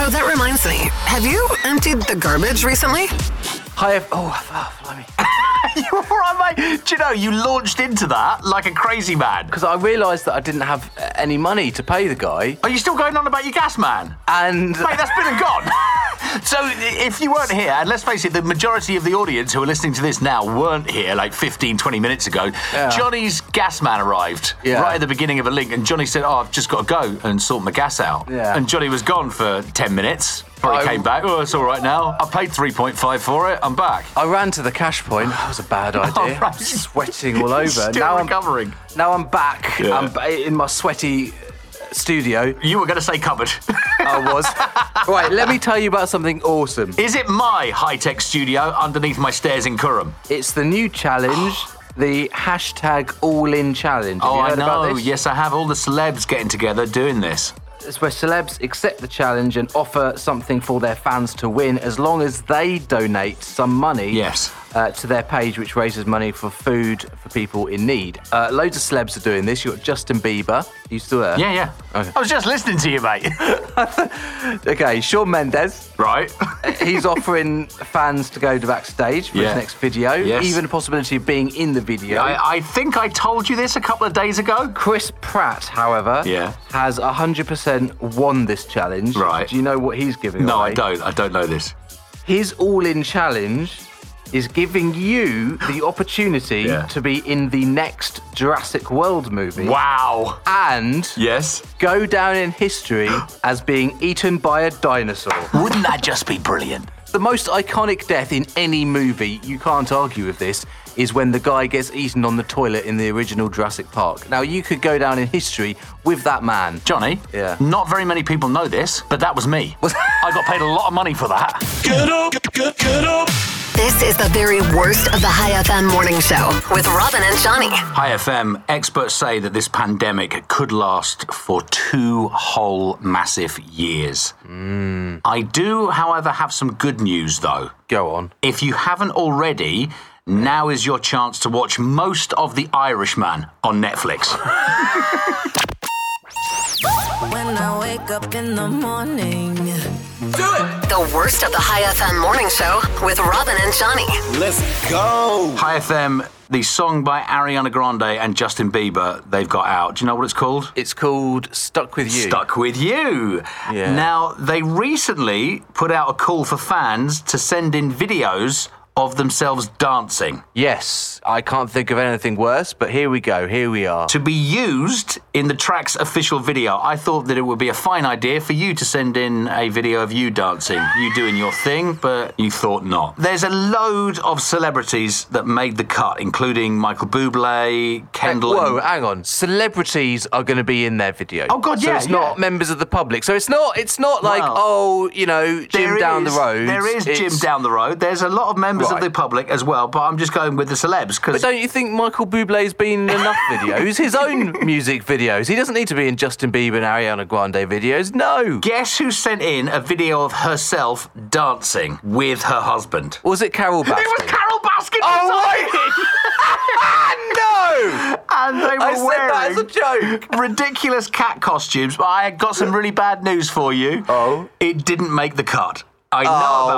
Speaker 2: Oh, that reminds me. Have you emptied the garbage recently?
Speaker 4: Hi, ev- oh, oh, blimey.
Speaker 3: you all right, mate? Do you know, you launched into that like a crazy man.
Speaker 4: Because I realised that I didn't have uh, any money to pay the guy,
Speaker 3: Are you still going on about your gas man?
Speaker 4: and
Speaker 3: Mate, that's been and gone. So, if you weren't here, and let's face it, the majority of the audience who are listening to this now weren't here like 15, 20 minutes ago.
Speaker 4: Yeah.
Speaker 3: Johnny's gas man arrived
Speaker 4: Yeah.
Speaker 3: right at the beginning of a link, and Johnny said, Oh, I've just got to go and sort my gas out.
Speaker 4: Yeah.
Speaker 3: And Johnny was gone for 10 minutes. But he
Speaker 4: I-
Speaker 3: came back. Oh, it's all right now. I paid 3.5 for it. I'm back.
Speaker 4: I ran to the cash point. That was a bad idea.
Speaker 3: Oh, right.
Speaker 4: I'm sweating all over.
Speaker 3: Still
Speaker 4: now
Speaker 3: recovering.
Speaker 4: I'm now I'm back.
Speaker 3: Yeah.
Speaker 4: I'm ba- in my sweaty uh, studio.
Speaker 3: You were going to say cupboard.
Speaker 4: I was. right, let me tell you about something awesome.
Speaker 3: Is it my high tech studio underneath my stairs in Curram?
Speaker 4: It's the new challenge, the hashtag All In Challenge. Have
Speaker 3: Oh,
Speaker 4: you
Speaker 3: I
Speaker 4: heard about
Speaker 3: know.
Speaker 4: this?
Speaker 3: Yes, I have. All the celebs getting together doing this.
Speaker 4: It's where celebs accept the challenge and offer something for their fans to win as long as they donate some money
Speaker 3: Yes.
Speaker 4: uh, to their page, which raises money for food for people in need. Uh, loads of celebs are doing this. You've got Justin Bieber. You still there?
Speaker 3: Yeah, yeah.
Speaker 4: Okay.
Speaker 3: I was just listening to you, mate.
Speaker 4: Okay, Sean Mendes.
Speaker 3: right?
Speaker 4: He's offering fans to go to backstage for
Speaker 3: Yeah.
Speaker 4: his next video,
Speaker 3: Yes.
Speaker 4: even a possibility of being in the video.
Speaker 3: I, I think I told you this a couple of days ago.
Speaker 4: Chris Pratt, however,
Speaker 3: Yeah.
Speaker 4: has 100% won this challenge.
Speaker 3: Right.
Speaker 4: Do you know what he's giving
Speaker 3: No,
Speaker 4: away?
Speaker 3: I don't. I don't know this.
Speaker 4: His all in challenge is giving you the opportunity
Speaker 3: Yeah.
Speaker 4: to be in the next Jurassic World movie.
Speaker 3: Wow.
Speaker 4: And
Speaker 3: Yes.
Speaker 4: go down in history as being eaten by a dinosaur.
Speaker 3: Wouldn't that just be brilliant?
Speaker 4: The most iconic death in any movie, you can't argue with this, is when the guy gets eaten on the toilet in the original Jurassic Park. Now, you could go down in history with that man.
Speaker 3: Johnny,
Speaker 4: Yeah.
Speaker 3: not very many people know this, but that was me. I got paid a lot of money for that.
Speaker 2: This is the very worst of the High FM morning show with Robin and Johnny.
Speaker 3: Hi FM, experts say that this pandemic could last for two whole massive years. I do, however, have some good news though.
Speaker 4: Go on.
Speaker 3: If you haven't already, now is your chance to watch most of The Irishman on Netflix.
Speaker 10: When I wake up in the morning,
Speaker 2: The worst of the High FM morning show with Robin and Johnny.
Speaker 5: Let's go.
Speaker 3: Hi FM, the song by Ariana Grande and Justin Bieber they've got out. Do you know what it's called?
Speaker 4: It's called Stuck With You.
Speaker 3: Stuck with you.
Speaker 4: Yeah.
Speaker 3: Now, they recently put out a call for fans to send in videos of themselves dancing
Speaker 4: Yes, I can't think of anything worse, but here we go. Here we are.
Speaker 3: to be used in the track's official video. I thought that it would be a fine idea for you to send in a video of you dancing, you doing your thing, but you thought not. There's a load of celebrities that made the cut, including Michael Bublé, Kendall. and-
Speaker 4: Whoa, hang on. Celebrities are going to be in their video.
Speaker 3: Oh, God,
Speaker 4: So
Speaker 3: yeah,
Speaker 4: it's not
Speaker 3: yeah.
Speaker 4: members of the public. So it's not. It's not like
Speaker 3: Well,
Speaker 4: oh, you know, Jim
Speaker 3: There
Speaker 4: down
Speaker 3: is-
Speaker 4: the road.
Speaker 3: There is Jim
Speaker 4: It's-
Speaker 3: down the road. There's a lot of members of
Speaker 4: Right.
Speaker 3: the public as well, but I'm just going with the celebs
Speaker 4: But
Speaker 3: because
Speaker 4: don't you think Michael Bublé's been in enough videos? His own music videos. He doesn't need to be in Justin Bieber and Ariana Grande videos. No.
Speaker 3: guess who sent in a video of herself dancing with her husband?
Speaker 4: Or was it Carol Baskin?
Speaker 3: It was Carol Baskin.
Speaker 4: Oh, wait. no.
Speaker 3: and they were
Speaker 4: I said
Speaker 3: wearing
Speaker 4: that as a joke.
Speaker 3: ridiculous cat costumes. But I got some really bad news for you.
Speaker 4: Oh.
Speaker 3: It didn't make the cut. I know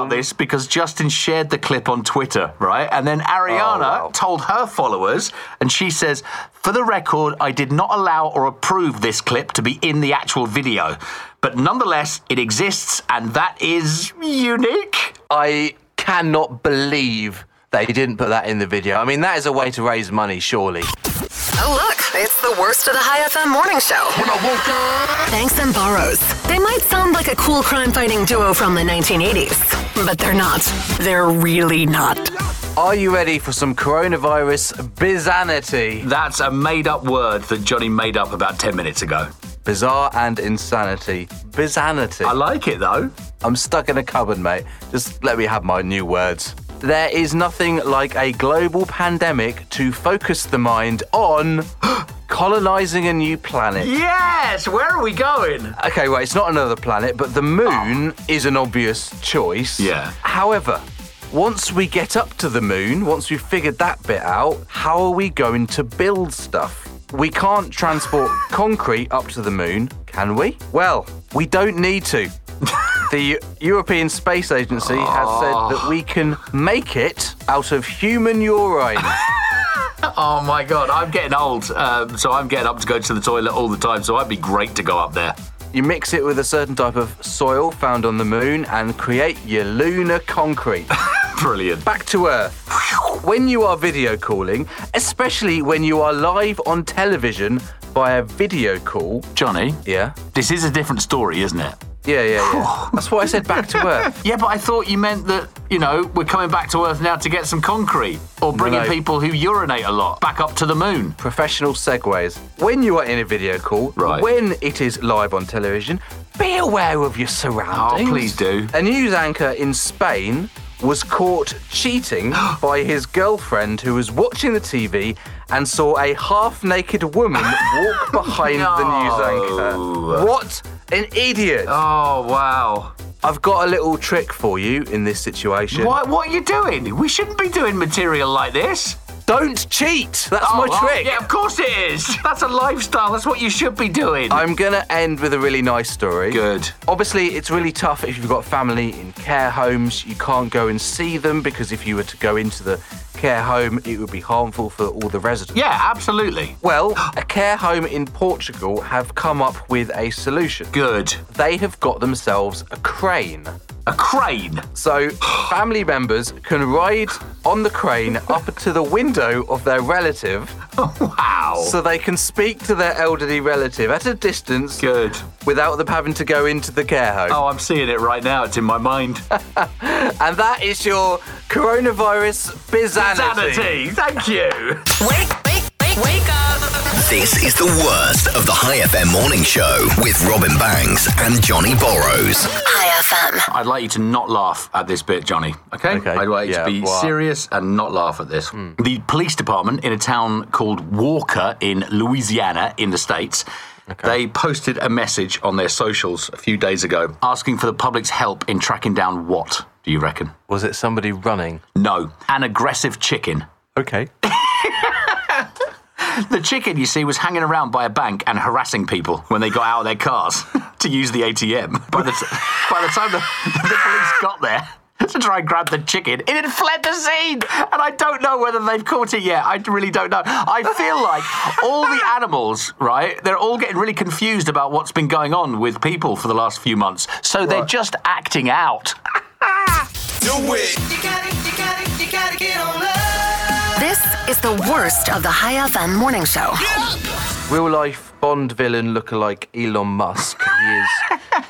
Speaker 3: about this because Justin shared the clip on Twitter, right? And then Ariana
Speaker 4: Oh, wow.
Speaker 3: told her followers, and she says, For the record, I did not allow or approve this clip to be in the actual video. But nonetheless, it exists, and that is unique.
Speaker 4: I cannot believe that he didn't put that in the video. I mean, that is a way to raise money, surely.
Speaker 2: Oh, look, it's the worst of the High FM morning show. Banks and Burrows. They might sound like a cool crime fighting duo from the 1980s, but they're not. They're really not.
Speaker 4: Are you ready for some coronavirus bizanity?
Speaker 3: That's a made up word that Johnny made up about 10 minutes ago.
Speaker 4: Bizarre and insanity. Bizanity.
Speaker 3: I like it though.
Speaker 4: I'm stuck in a cupboard, mate. Just let me have my new words. There is nothing like a global pandemic to focus the mind on colonizing a new planet.
Speaker 3: Yes, where are we going?
Speaker 4: Okay, well, it's not another planet, but the moon is an obvious choice.
Speaker 3: Yeah.
Speaker 4: However, once we get up to the moon, once we've figured that bit out, how are we going to build stuff? We can't transport concrete up to the moon, can we? Well, we don't need to. The European Space Agency has said that we can make it out of human urine.
Speaker 3: Oh my god, I'm getting old, um, so I'm getting up to go to the toilet all the time, so I'd be great to go up there.
Speaker 4: You mix it with a certain type of soil found on the moon and create your lunar concrete.
Speaker 3: Brilliant.
Speaker 4: back to earth. When you are video calling, especially when you are live on television via video call.
Speaker 3: Johnny,
Speaker 4: Yeah.
Speaker 3: this is a different story, isn't it?
Speaker 4: Yeah, yeah, yeah. That's why I said back to earth.
Speaker 3: Yeah, but I thought you meant that, you know, we're coming back to Earth now to get some concrete or bringing
Speaker 4: No.
Speaker 3: people who urinate a lot back up to the moon.
Speaker 4: Professional segues. When you are in a video call,
Speaker 3: Right.
Speaker 4: when it is live on television, be aware of your surroundings.
Speaker 3: Oh, please do.
Speaker 4: A news anchor in Spain was caught cheating by his girlfriend who was watching the TV and saw a half naked woman walk behind the news anchor. What an idiot!
Speaker 3: Oh, wow.
Speaker 4: I've got a little trick for you in this situation.
Speaker 3: Why, what are you doing? We shouldn't be doing material like this.
Speaker 4: Don't cheat! That's
Speaker 3: Oh,
Speaker 4: my
Speaker 3: well,
Speaker 4: trick!
Speaker 3: yeah, of course it is. That's a lifestyle. That's what you should be doing.
Speaker 4: I'm gonna end with a really nice story.
Speaker 3: Oh, Good.
Speaker 4: Obviously, it's really tough if you've got family in care homes. You can't go and see them because if you were to go into the care home, it would be harmful for all the residents.
Speaker 3: Yeah, absolutely.
Speaker 4: Well, a care home in Portugal have come up with a solution.
Speaker 3: Good.
Speaker 4: They have got themselves a crane.
Speaker 3: A crane.
Speaker 4: So family members can ride on the crane up to the window of their relative.
Speaker 3: Wow.
Speaker 4: So they can speak to their elderly relative at a distance
Speaker 3: Good.
Speaker 4: without them having to go into the care home.
Speaker 3: Oh, I'm seeing it right now. It's in my mind.
Speaker 4: And that is your coronavirus bizanity.
Speaker 3: Sanity. Thank you.
Speaker 2: Wake, wake, wake, wake up.
Speaker 8: This is the worst of the High FM morning show with Robin Banks and Johnny Borrows.
Speaker 2: High FM.
Speaker 3: I'd like you to not laugh at this bit, Johnny. Okay?
Speaker 4: Okay,
Speaker 3: I'd like you
Speaker 4: yeah,
Speaker 3: to be
Speaker 4: what? Hmm.
Speaker 3: serious and not laugh at this. The police department in a town called Walker in Louisiana in the States. They posted a message on their socials a few days ago asking for the public's help in tracking down what, do you reckon?
Speaker 11: Was it somebody running?
Speaker 3: No, an aggressive chicken.
Speaker 11: Okay.
Speaker 3: The chicken, you see, was hanging around by a bank and harassing people when they got out of their cars to use the ATM. By the, t- by the time the, the police got there to try and grab the chicken, it had fled the scene. And I don't know whether they've caught it yet. I really don't know. I feel like all the animals, right, they're all getting really confused about what's been going on with people for the last few months. So they're just acting out.
Speaker 5: Do it.
Speaker 2: This is the worst of the High FM morning show.
Speaker 4: Real life Bond villain lookalike Elon Musk. He is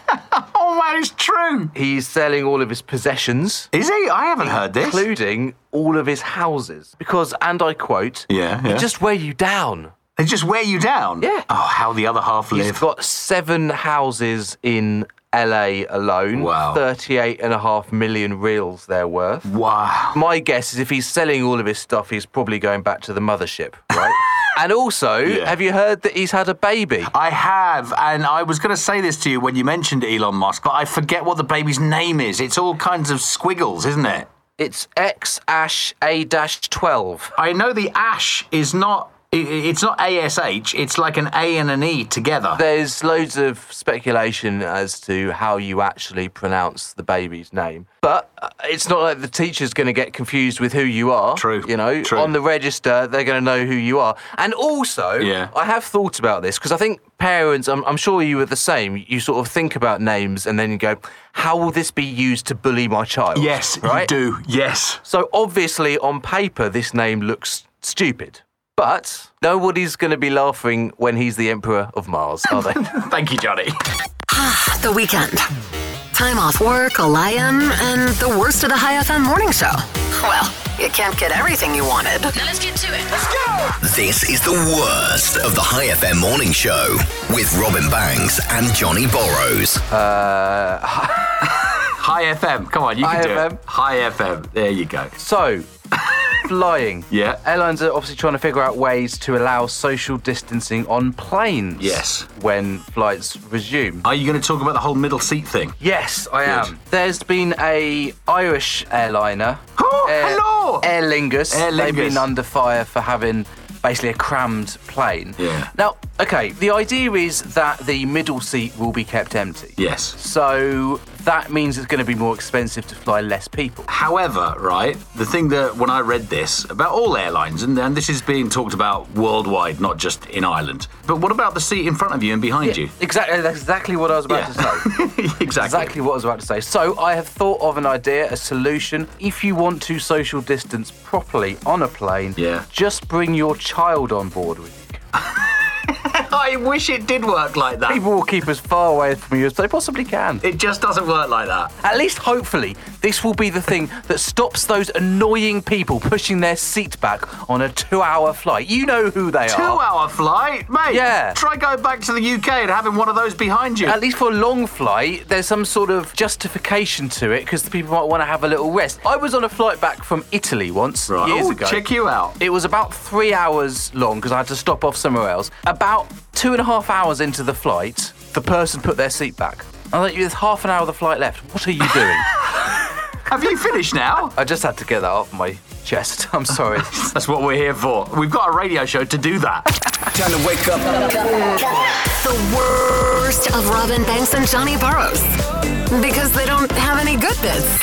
Speaker 3: Oh, man, it's true.
Speaker 4: he's selling all of his possessions,
Speaker 3: Is he? I haven't heard this.
Speaker 4: including all of his houses. Because and I quote,
Speaker 3: Yeah,
Speaker 4: "They
Speaker 3: yeah.
Speaker 4: just wear you down.
Speaker 3: They just wear you down.
Speaker 4: Yeah.
Speaker 3: Oh, how the other half
Speaker 4: He's
Speaker 3: live.
Speaker 4: got seven houses in LA alone.
Speaker 3: Wow.
Speaker 4: 38 and a half million reals they're worth.
Speaker 3: wow.
Speaker 4: My guess is if he's selling all of his stuff, he's probably going back to the mothership, right? and also,
Speaker 3: Yeah.
Speaker 4: have you heard that he's had a baby?
Speaker 3: I have, and I was going to say this to you when you mentioned Elon Musk, but I forget what the baby's name is. It's all kinds of squiggles, isn't it?
Speaker 4: It's X Ash A dash 12.
Speaker 3: I know the ash is not. i- i- It's not ASH. It's like an A and an E together.
Speaker 4: There's loads of speculation as to how you actually pronounce the baby's name. But uh, it's not like the teacher's going to get confused with who you are.
Speaker 3: True,
Speaker 4: You know,
Speaker 3: true.
Speaker 4: on the register, they're going to know who you are. And also,
Speaker 3: Yeah.
Speaker 4: I have thought about this because I think parents, I'm, I'm sure you were the same, you sort of think about names and then you go, how will this be used to bully my child?
Speaker 3: yes,
Speaker 4: right?
Speaker 3: you do. Yes.
Speaker 4: So obviously, on paper, this name looks stupid. But nobody's going to be laughing when he's the Emperor of Mars, are they?
Speaker 3: Thank you, Johnny.
Speaker 2: The weekend. Time off work, a lion, and the worst of the High FM morning show. Well, you can't get everything you wanted.
Speaker 10: Let's get to it.
Speaker 8: This is the worst of the High FM morning show with Robin Banks and Johnny Borrows.
Speaker 3: Hi FM. Come on, you
Speaker 4: Hi
Speaker 3: can do
Speaker 4: FM.
Speaker 3: it. Hi FM. There you go.
Speaker 4: so, flying.
Speaker 3: Yeah.
Speaker 4: Airlines are obviously trying to figure out ways to allow social distancing on planes.
Speaker 3: Yes.
Speaker 4: When flights resume.
Speaker 3: Are you going to talk about the whole middle seat thing?
Speaker 4: Yes, I
Speaker 3: Good.
Speaker 4: am. There's been a Irish airliner.
Speaker 3: Oh, hello!
Speaker 4: Aer Lingus.
Speaker 3: Aer
Speaker 4: They've been
Speaker 3: Lingus.
Speaker 4: under fire for having basically a crammed plane.
Speaker 3: Yeah.
Speaker 4: Now, okay, the idea is that the middle seat will be kept empty.
Speaker 3: Yes.
Speaker 4: So that means it's going to be more expensive to fly less people.
Speaker 3: However, right, the thing that when I read this about all airlines, and, and this is being talked about worldwide, not just in Ireland. But what about the seat in front of you and behind you?
Speaker 4: Exactly, that's exactly what I was about to say.
Speaker 3: exactly.
Speaker 4: Exactly what I was about to say. So I have thought of an idea, a solution. If you want to social distance properly on a plane,
Speaker 3: Yeah.
Speaker 4: just bring your child on board with you.
Speaker 3: I wish it did work like that.
Speaker 4: People will keep as far away from you as they possibly can.
Speaker 3: It just doesn't work like that.
Speaker 4: At least, hopefully, this will be the thing that stops those annoying people pushing their seat back on a two-hour flight. You know who they
Speaker 3: Two
Speaker 4: are.
Speaker 3: hour flight, mate.
Speaker 4: Yeah.
Speaker 3: Try going back to the UK and having one of those behind you.
Speaker 4: At least for a long flight, there's some sort of justification to it because the people might want to have a little rest. I was on a flight back from Italy once years
Speaker 3: Ooh,
Speaker 4: ago.
Speaker 3: Check you out.
Speaker 4: It was about three hours long because I had to stop off somewhere else. About two and a half hours into the flight, the person put their seat back. I was like, there's half an hour of the flight left. What are you doing?
Speaker 3: Have you finished now?
Speaker 4: I just had to get that off my chest. I'm sorry.
Speaker 3: That's what we're here for. We've got a radio show to do that.
Speaker 5: Time to wake up.
Speaker 2: The worst of Robin Banks and Johnny Burrows. Because they don't have any good bits.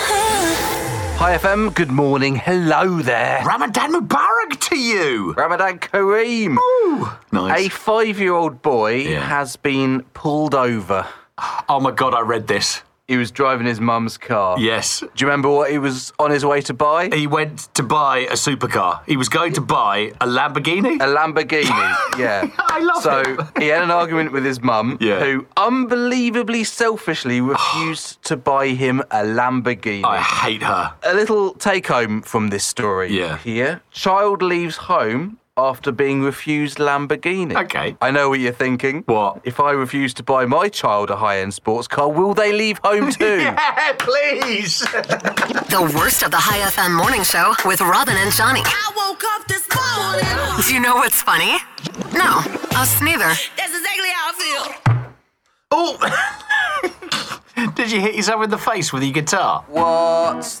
Speaker 4: Hi, FM. Good morning. Hello there.
Speaker 3: Ramadan Mubarak to you.
Speaker 4: Ramadan Kareem. A
Speaker 3: Nice.
Speaker 4: five year old boy
Speaker 3: Oh. Yeah.
Speaker 4: has been pulled over.
Speaker 3: Oh my God, I read this.
Speaker 4: He was driving his mum's car.
Speaker 3: Yes.
Speaker 4: Do you remember what he was on his way to buy?
Speaker 3: He went to buy a supercar. He was going to buy a Lamborghini.
Speaker 4: A Lamborghini, yeah.
Speaker 3: I love
Speaker 4: so
Speaker 3: him.
Speaker 4: he had an argument with his mum,
Speaker 3: Yeah.
Speaker 4: who unbelievably selfishly refused to buy him a Lamborghini.
Speaker 3: I hate her.
Speaker 4: a little take home from this story
Speaker 3: Yeah.
Speaker 4: here. Child leaves home after being refused Lamborghini.
Speaker 3: Okay.
Speaker 4: I know what you're thinking.
Speaker 3: What?
Speaker 4: If I refuse to buy my child a high end sports car, will they leave home too?
Speaker 3: Yeah, please.
Speaker 2: The worst of the High FM morning show with Robin and Johnny.
Speaker 6: I woke up this morning.
Speaker 2: Do you know what's funny? No, us neither.
Speaker 6: That's exactly how I feel.
Speaker 3: oh. Did you hit yourself in the face with your guitar?
Speaker 4: What's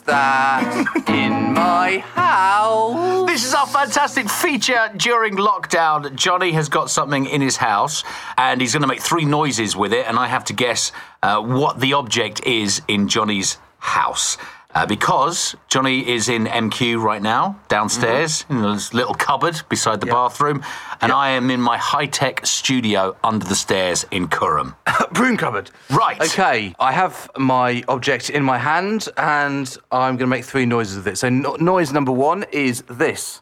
Speaker 4: that in my house?
Speaker 3: This is our fantastic feature during lockdown. Johnny has got something in his house and he's going to make three noises with it, and I have to guess uh, what the object is in Johnny's house. Uh, because Johnny is in MQ right now, downstairs, in this little cupboard beside the bathroom, and I am in my high tech studio under the stairs in Curram.
Speaker 4: Broom cupboard.
Speaker 3: Right.
Speaker 4: Okay, I have my object in my hand and I'm going to make three noises with it. So, no- noise number one is this.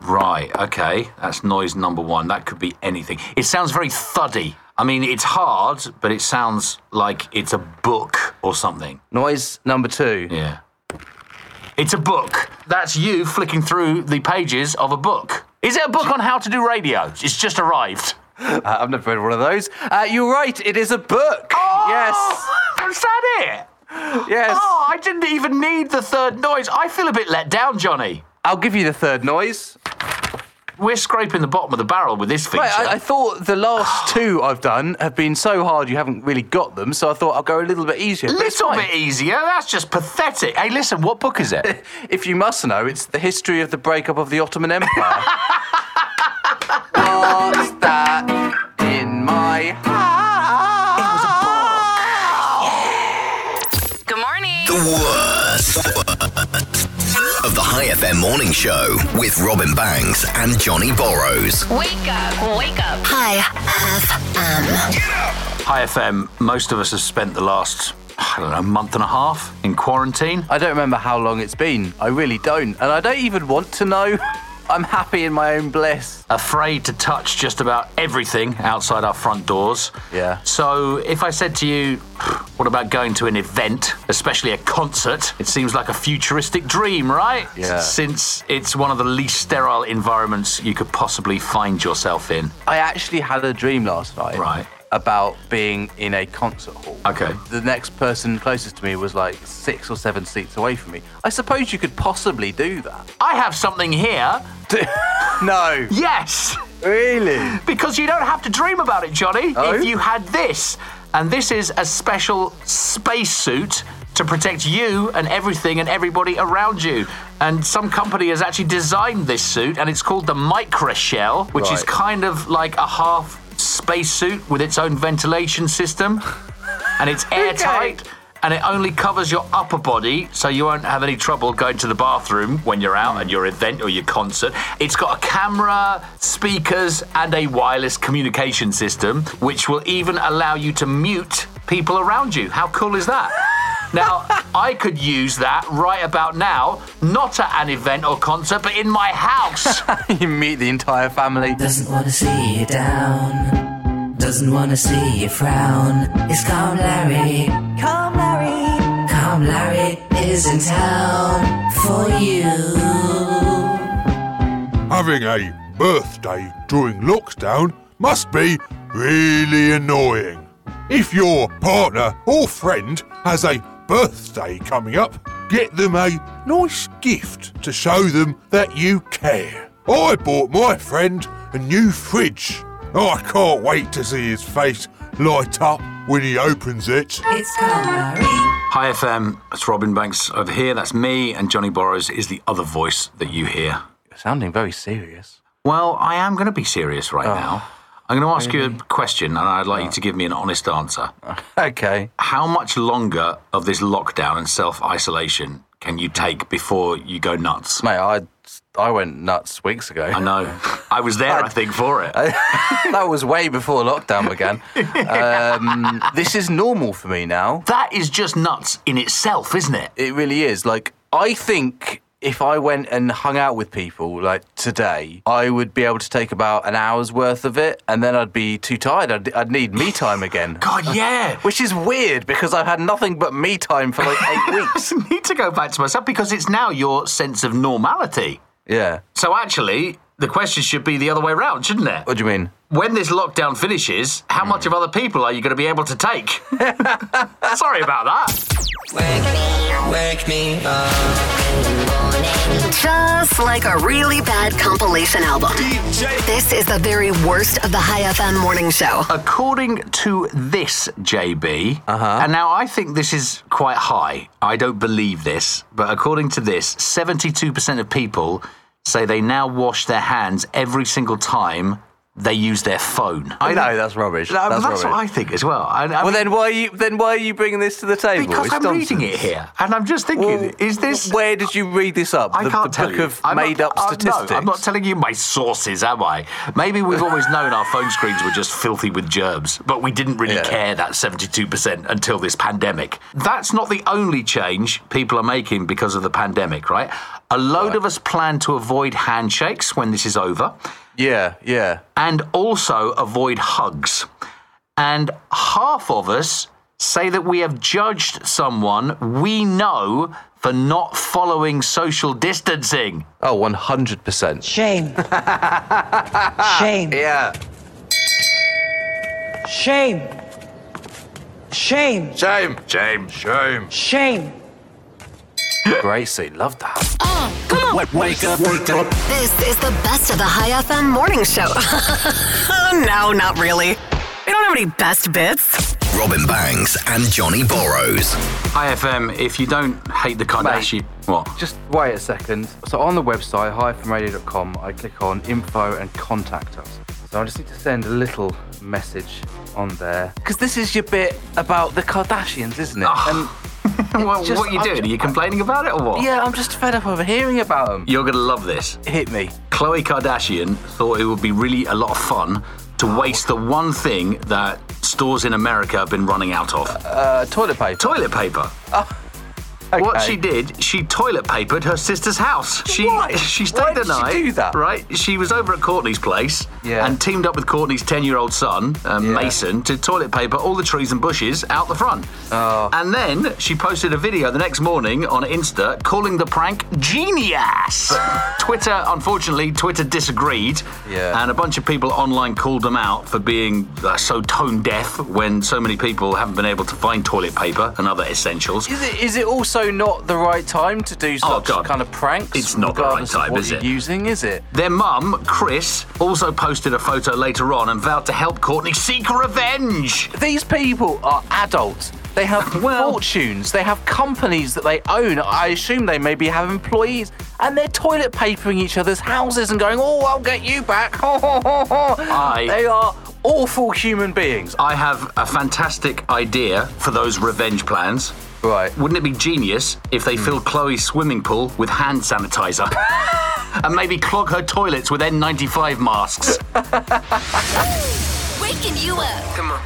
Speaker 3: Right, okay. That's noise number one. That could be anything. It sounds very thuddy. I mean, it's hard, but it sounds like it's a book or something.
Speaker 4: Noise number two.
Speaker 3: Yeah. It's a book. That's you flicking through the pages of a book. Is it a book on how to do radio? It's just arrived.
Speaker 4: Uh, I've never read one of those. Uh, you're right, it is a book.
Speaker 3: Oh, was that it?
Speaker 4: Yes, yes.
Speaker 3: Oh, I didn't even need the third noise. I feel a bit let down, Johnny.
Speaker 4: I'll give you the third noise.
Speaker 3: We're scraping the bottom of the barrel with this feature.
Speaker 4: Right, I, I thought the last two I've done have been so hard you haven't really got them, so I thought I'll go a little bit easier. but it's
Speaker 3: little
Speaker 4: fine.
Speaker 3: bit easier. That's just pathetic. Hey, listen, what book is it?
Speaker 4: If you must know, it's the history of the breakup of the Ottoman Empire. What's that in my house?
Speaker 11: Good morning.
Speaker 8: The worst of the High FM morning show with Robin Banks and Johnny Borrows.
Speaker 11: Wake up, wake up.
Speaker 2: High FM.
Speaker 3: Hi FM. Most of us have spent the last, I don't know, month and a half in quarantine.
Speaker 4: I don't remember how long it's been. I really don't. And I don't even want to know. I'm happy in my own bliss.
Speaker 3: afraid to touch just about everything outside our front doors.
Speaker 4: Yeah.
Speaker 3: So if I said to you, what about going to an event, especially a concert? It seems like a futuristic dream, right?
Speaker 4: Yeah.
Speaker 3: Since it's one of the least sterile environments you could possibly find yourself in.
Speaker 4: I actually had a dream last night.
Speaker 3: Right.
Speaker 4: About being in a concert hall.
Speaker 3: Okay.
Speaker 4: The next person closest to me was like six or seven seats away from me. I suppose you could possibly do that.
Speaker 3: I have something here.
Speaker 4: No.
Speaker 3: Yes.
Speaker 4: Really?
Speaker 3: Because you don't have to dream about it, Johnny,
Speaker 4: Oh?
Speaker 3: if you had this. And this is a special spacesuit to protect you and everything and everybody around you. And some company has actually designed this suit, and it's called the Microshell, which is
Speaker 4: Right.
Speaker 3: kind of like a half spacesuit with its own ventilation system. And it's airtight. And it only covers your upper body, so you won't have any trouble going to the bathroom when you're out at your event or your concert. It's got a camera, speakers, and a wireless communication system, which will even allow you to mute people around you. How cool is that? Now, I could use that right about now, not at an event or concert, but in my house.
Speaker 4: you meet the entire family.
Speaker 10: Doesn't wanna see you down. Doesn't wanna see you frown. It's Calm Larry. Calm Larry. Calm Larry is in town for you.
Speaker 9: Having a birthday during lockdown must be really annoying. If your partner or friend has a birthday coming up, get them a nice gift to show them that you care. I bought my friend a new fridge. I can't wait to see his face light up when he opens it.
Speaker 10: It's Calm Larry.
Speaker 3: Hi FM, it's Robin Banks over here. That's me, and Johnny Borrows is the other voice that you hear.
Speaker 4: Sounding very serious.
Speaker 3: Well, I am going to be serious right now. I'm going to ask you a question, and I'd like you to give me an honest answer.
Speaker 4: Okay.
Speaker 3: How much longer of this lockdown and self isolation can you take before you go nuts?
Speaker 4: Mate, I'd I went nuts weeks ago. I
Speaker 3: know. I was there, I think, for it.
Speaker 4: that was way before lockdown began. Um, this is normal for me now.
Speaker 3: That is just nuts in itself, isn't it?
Speaker 4: It really is. Like, I think if I went and hung out with people like today, I would be able to take about an hour's worth of it, and then I'd be too tired. I'd, I'd need me time again.
Speaker 3: God, yeah.
Speaker 4: Which is weird because I've had nothing but me time for like eight weeks.
Speaker 3: I need to go back to myself because it's now your sense of normality.
Speaker 4: Yeah.
Speaker 3: So actually, the question should be the other way around, shouldn't it?
Speaker 4: What do you mean?
Speaker 3: When this lockdown finishes, how much of other people are you going to be able to take? Sorry about that.
Speaker 5: Wake me up.
Speaker 2: Just like a really bad compilation album. This is the very worst of the High FM morning show.
Speaker 3: According to this, JB, uh-huh. and now I think this is quite high. I don't believe this, but according to this, 72% of people say they now wash their hands every single time they use their phone.
Speaker 4: I know that's rubbish.
Speaker 3: No, but
Speaker 4: that's
Speaker 3: that's
Speaker 4: rubbish.
Speaker 3: what I think as well. I, I
Speaker 4: well,
Speaker 3: mean-
Speaker 4: then why are you then why are you bringing this to the table?
Speaker 3: Because
Speaker 4: It's
Speaker 3: I'm reading
Speaker 4: nonsense.
Speaker 3: it here, and I'm just thinking,
Speaker 4: Well,
Speaker 3: is this?
Speaker 4: Where did you read this up?
Speaker 3: I
Speaker 4: the,
Speaker 3: can't
Speaker 4: the
Speaker 3: tell
Speaker 4: book
Speaker 3: you.
Speaker 4: of
Speaker 3: I'm not-
Speaker 4: made-up
Speaker 3: uh,
Speaker 4: statistics.
Speaker 3: no, I'm not telling you my sources, am I? Maybe we've always known our phone screens were just filthy with germs, but we didn't really
Speaker 4: Yeah.
Speaker 3: care that 72% until this pandemic. That's not the only change people are making because of the pandemic, right? A load of us plan to avoid handshakes when this is over,
Speaker 4: Yeah, yeah.
Speaker 3: and also avoid hugs. And half of us say that we have judged someone we know for not following social distancing.
Speaker 4: Oh, 100 percent.
Speaker 12: Shame. Shame.
Speaker 4: Yeah.
Speaker 12: Shame. Shame.
Speaker 4: Shame.
Speaker 3: Shame.
Speaker 4: Shame.
Speaker 12: Shame.
Speaker 4: Gracie, love that.
Speaker 5: Wake up, wake up.
Speaker 2: This is the best of the High FM morning show. no, not really. We don't have any best bits.
Speaker 8: Robin Banks and Johnny Borrows.
Speaker 3: IFM, if you don't hate the Kardashian, what?
Speaker 4: Just wait a second. So on the website highfromradio.com, I click on info and contact us. So I just need to send a little message on there because this is your bit about the Kardashians, isn't it?
Speaker 3: Ah. what,
Speaker 4: just-
Speaker 3: what are you
Speaker 4: I'm
Speaker 3: doing? Are you complaining about it or what?
Speaker 4: and yeah, I'm just fed up of hearing about them.
Speaker 3: You're gonna love this.
Speaker 4: Hit me.
Speaker 3: Khloe Kardashian thought it would be really a lot of fun to waste the one thing that stores in America have been running out of.
Speaker 4: Uh, toilet paper.
Speaker 3: toilet paper. What
Speaker 4: Oh, Okay.
Speaker 3: she did, she toilet papered her sister's house. She
Speaker 4: Why?
Speaker 3: she stayed
Speaker 4: Why
Speaker 3: the
Speaker 4: did she
Speaker 3: night.
Speaker 4: do that?
Speaker 3: Right? She was over at Courtney's place
Speaker 4: Yeah.
Speaker 3: and teamed up with Courtney's ten-year-old son, um,
Speaker 4: Yeah.
Speaker 3: Mason, to toilet paper all the trees and bushes out the front.
Speaker 4: Oh.
Speaker 3: And then she posted a video the next morning on Insta calling the prank genius. Twitter, unfortunately, Twitter disagreed.
Speaker 4: Yeah.
Speaker 3: And a bunch of people online called them out for being uh, so tone deaf when so many people haven't been able to find toilet paper and other essentials.
Speaker 4: Is it, is it also not the right time to do
Speaker 3: Oh,
Speaker 4: such
Speaker 3: God.
Speaker 4: kind of pranks?
Speaker 3: It's not the right
Speaker 4: regardless of
Speaker 3: time,
Speaker 4: what
Speaker 3: is
Speaker 4: you're
Speaker 3: it?
Speaker 4: Using is it?
Speaker 3: Their mum, Chris, also posted a photo later on and vowed to help Courtney seek revenge.
Speaker 4: These people are adults. They have fortunes. They have companies that they own. I assume they maybe have employees, and they're toilet papering each other's houses and going, "Oh, I'll get you back."
Speaker 3: I-
Speaker 4: They are awful human beings.
Speaker 3: I have a fantastic idea for those revenge plans.
Speaker 4: Right.
Speaker 3: Wouldn't it be genius if they filled Chloe's swimming pool with hand sanitizer? and maybe clog her toilets with N95 masks.
Speaker 11: Waking you up. Come on.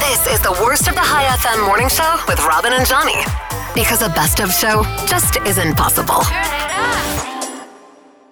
Speaker 2: This is the worst of the High FM morning show with Robin and Johnny. Because a best of show just isn't possible.
Speaker 11: Turn it up.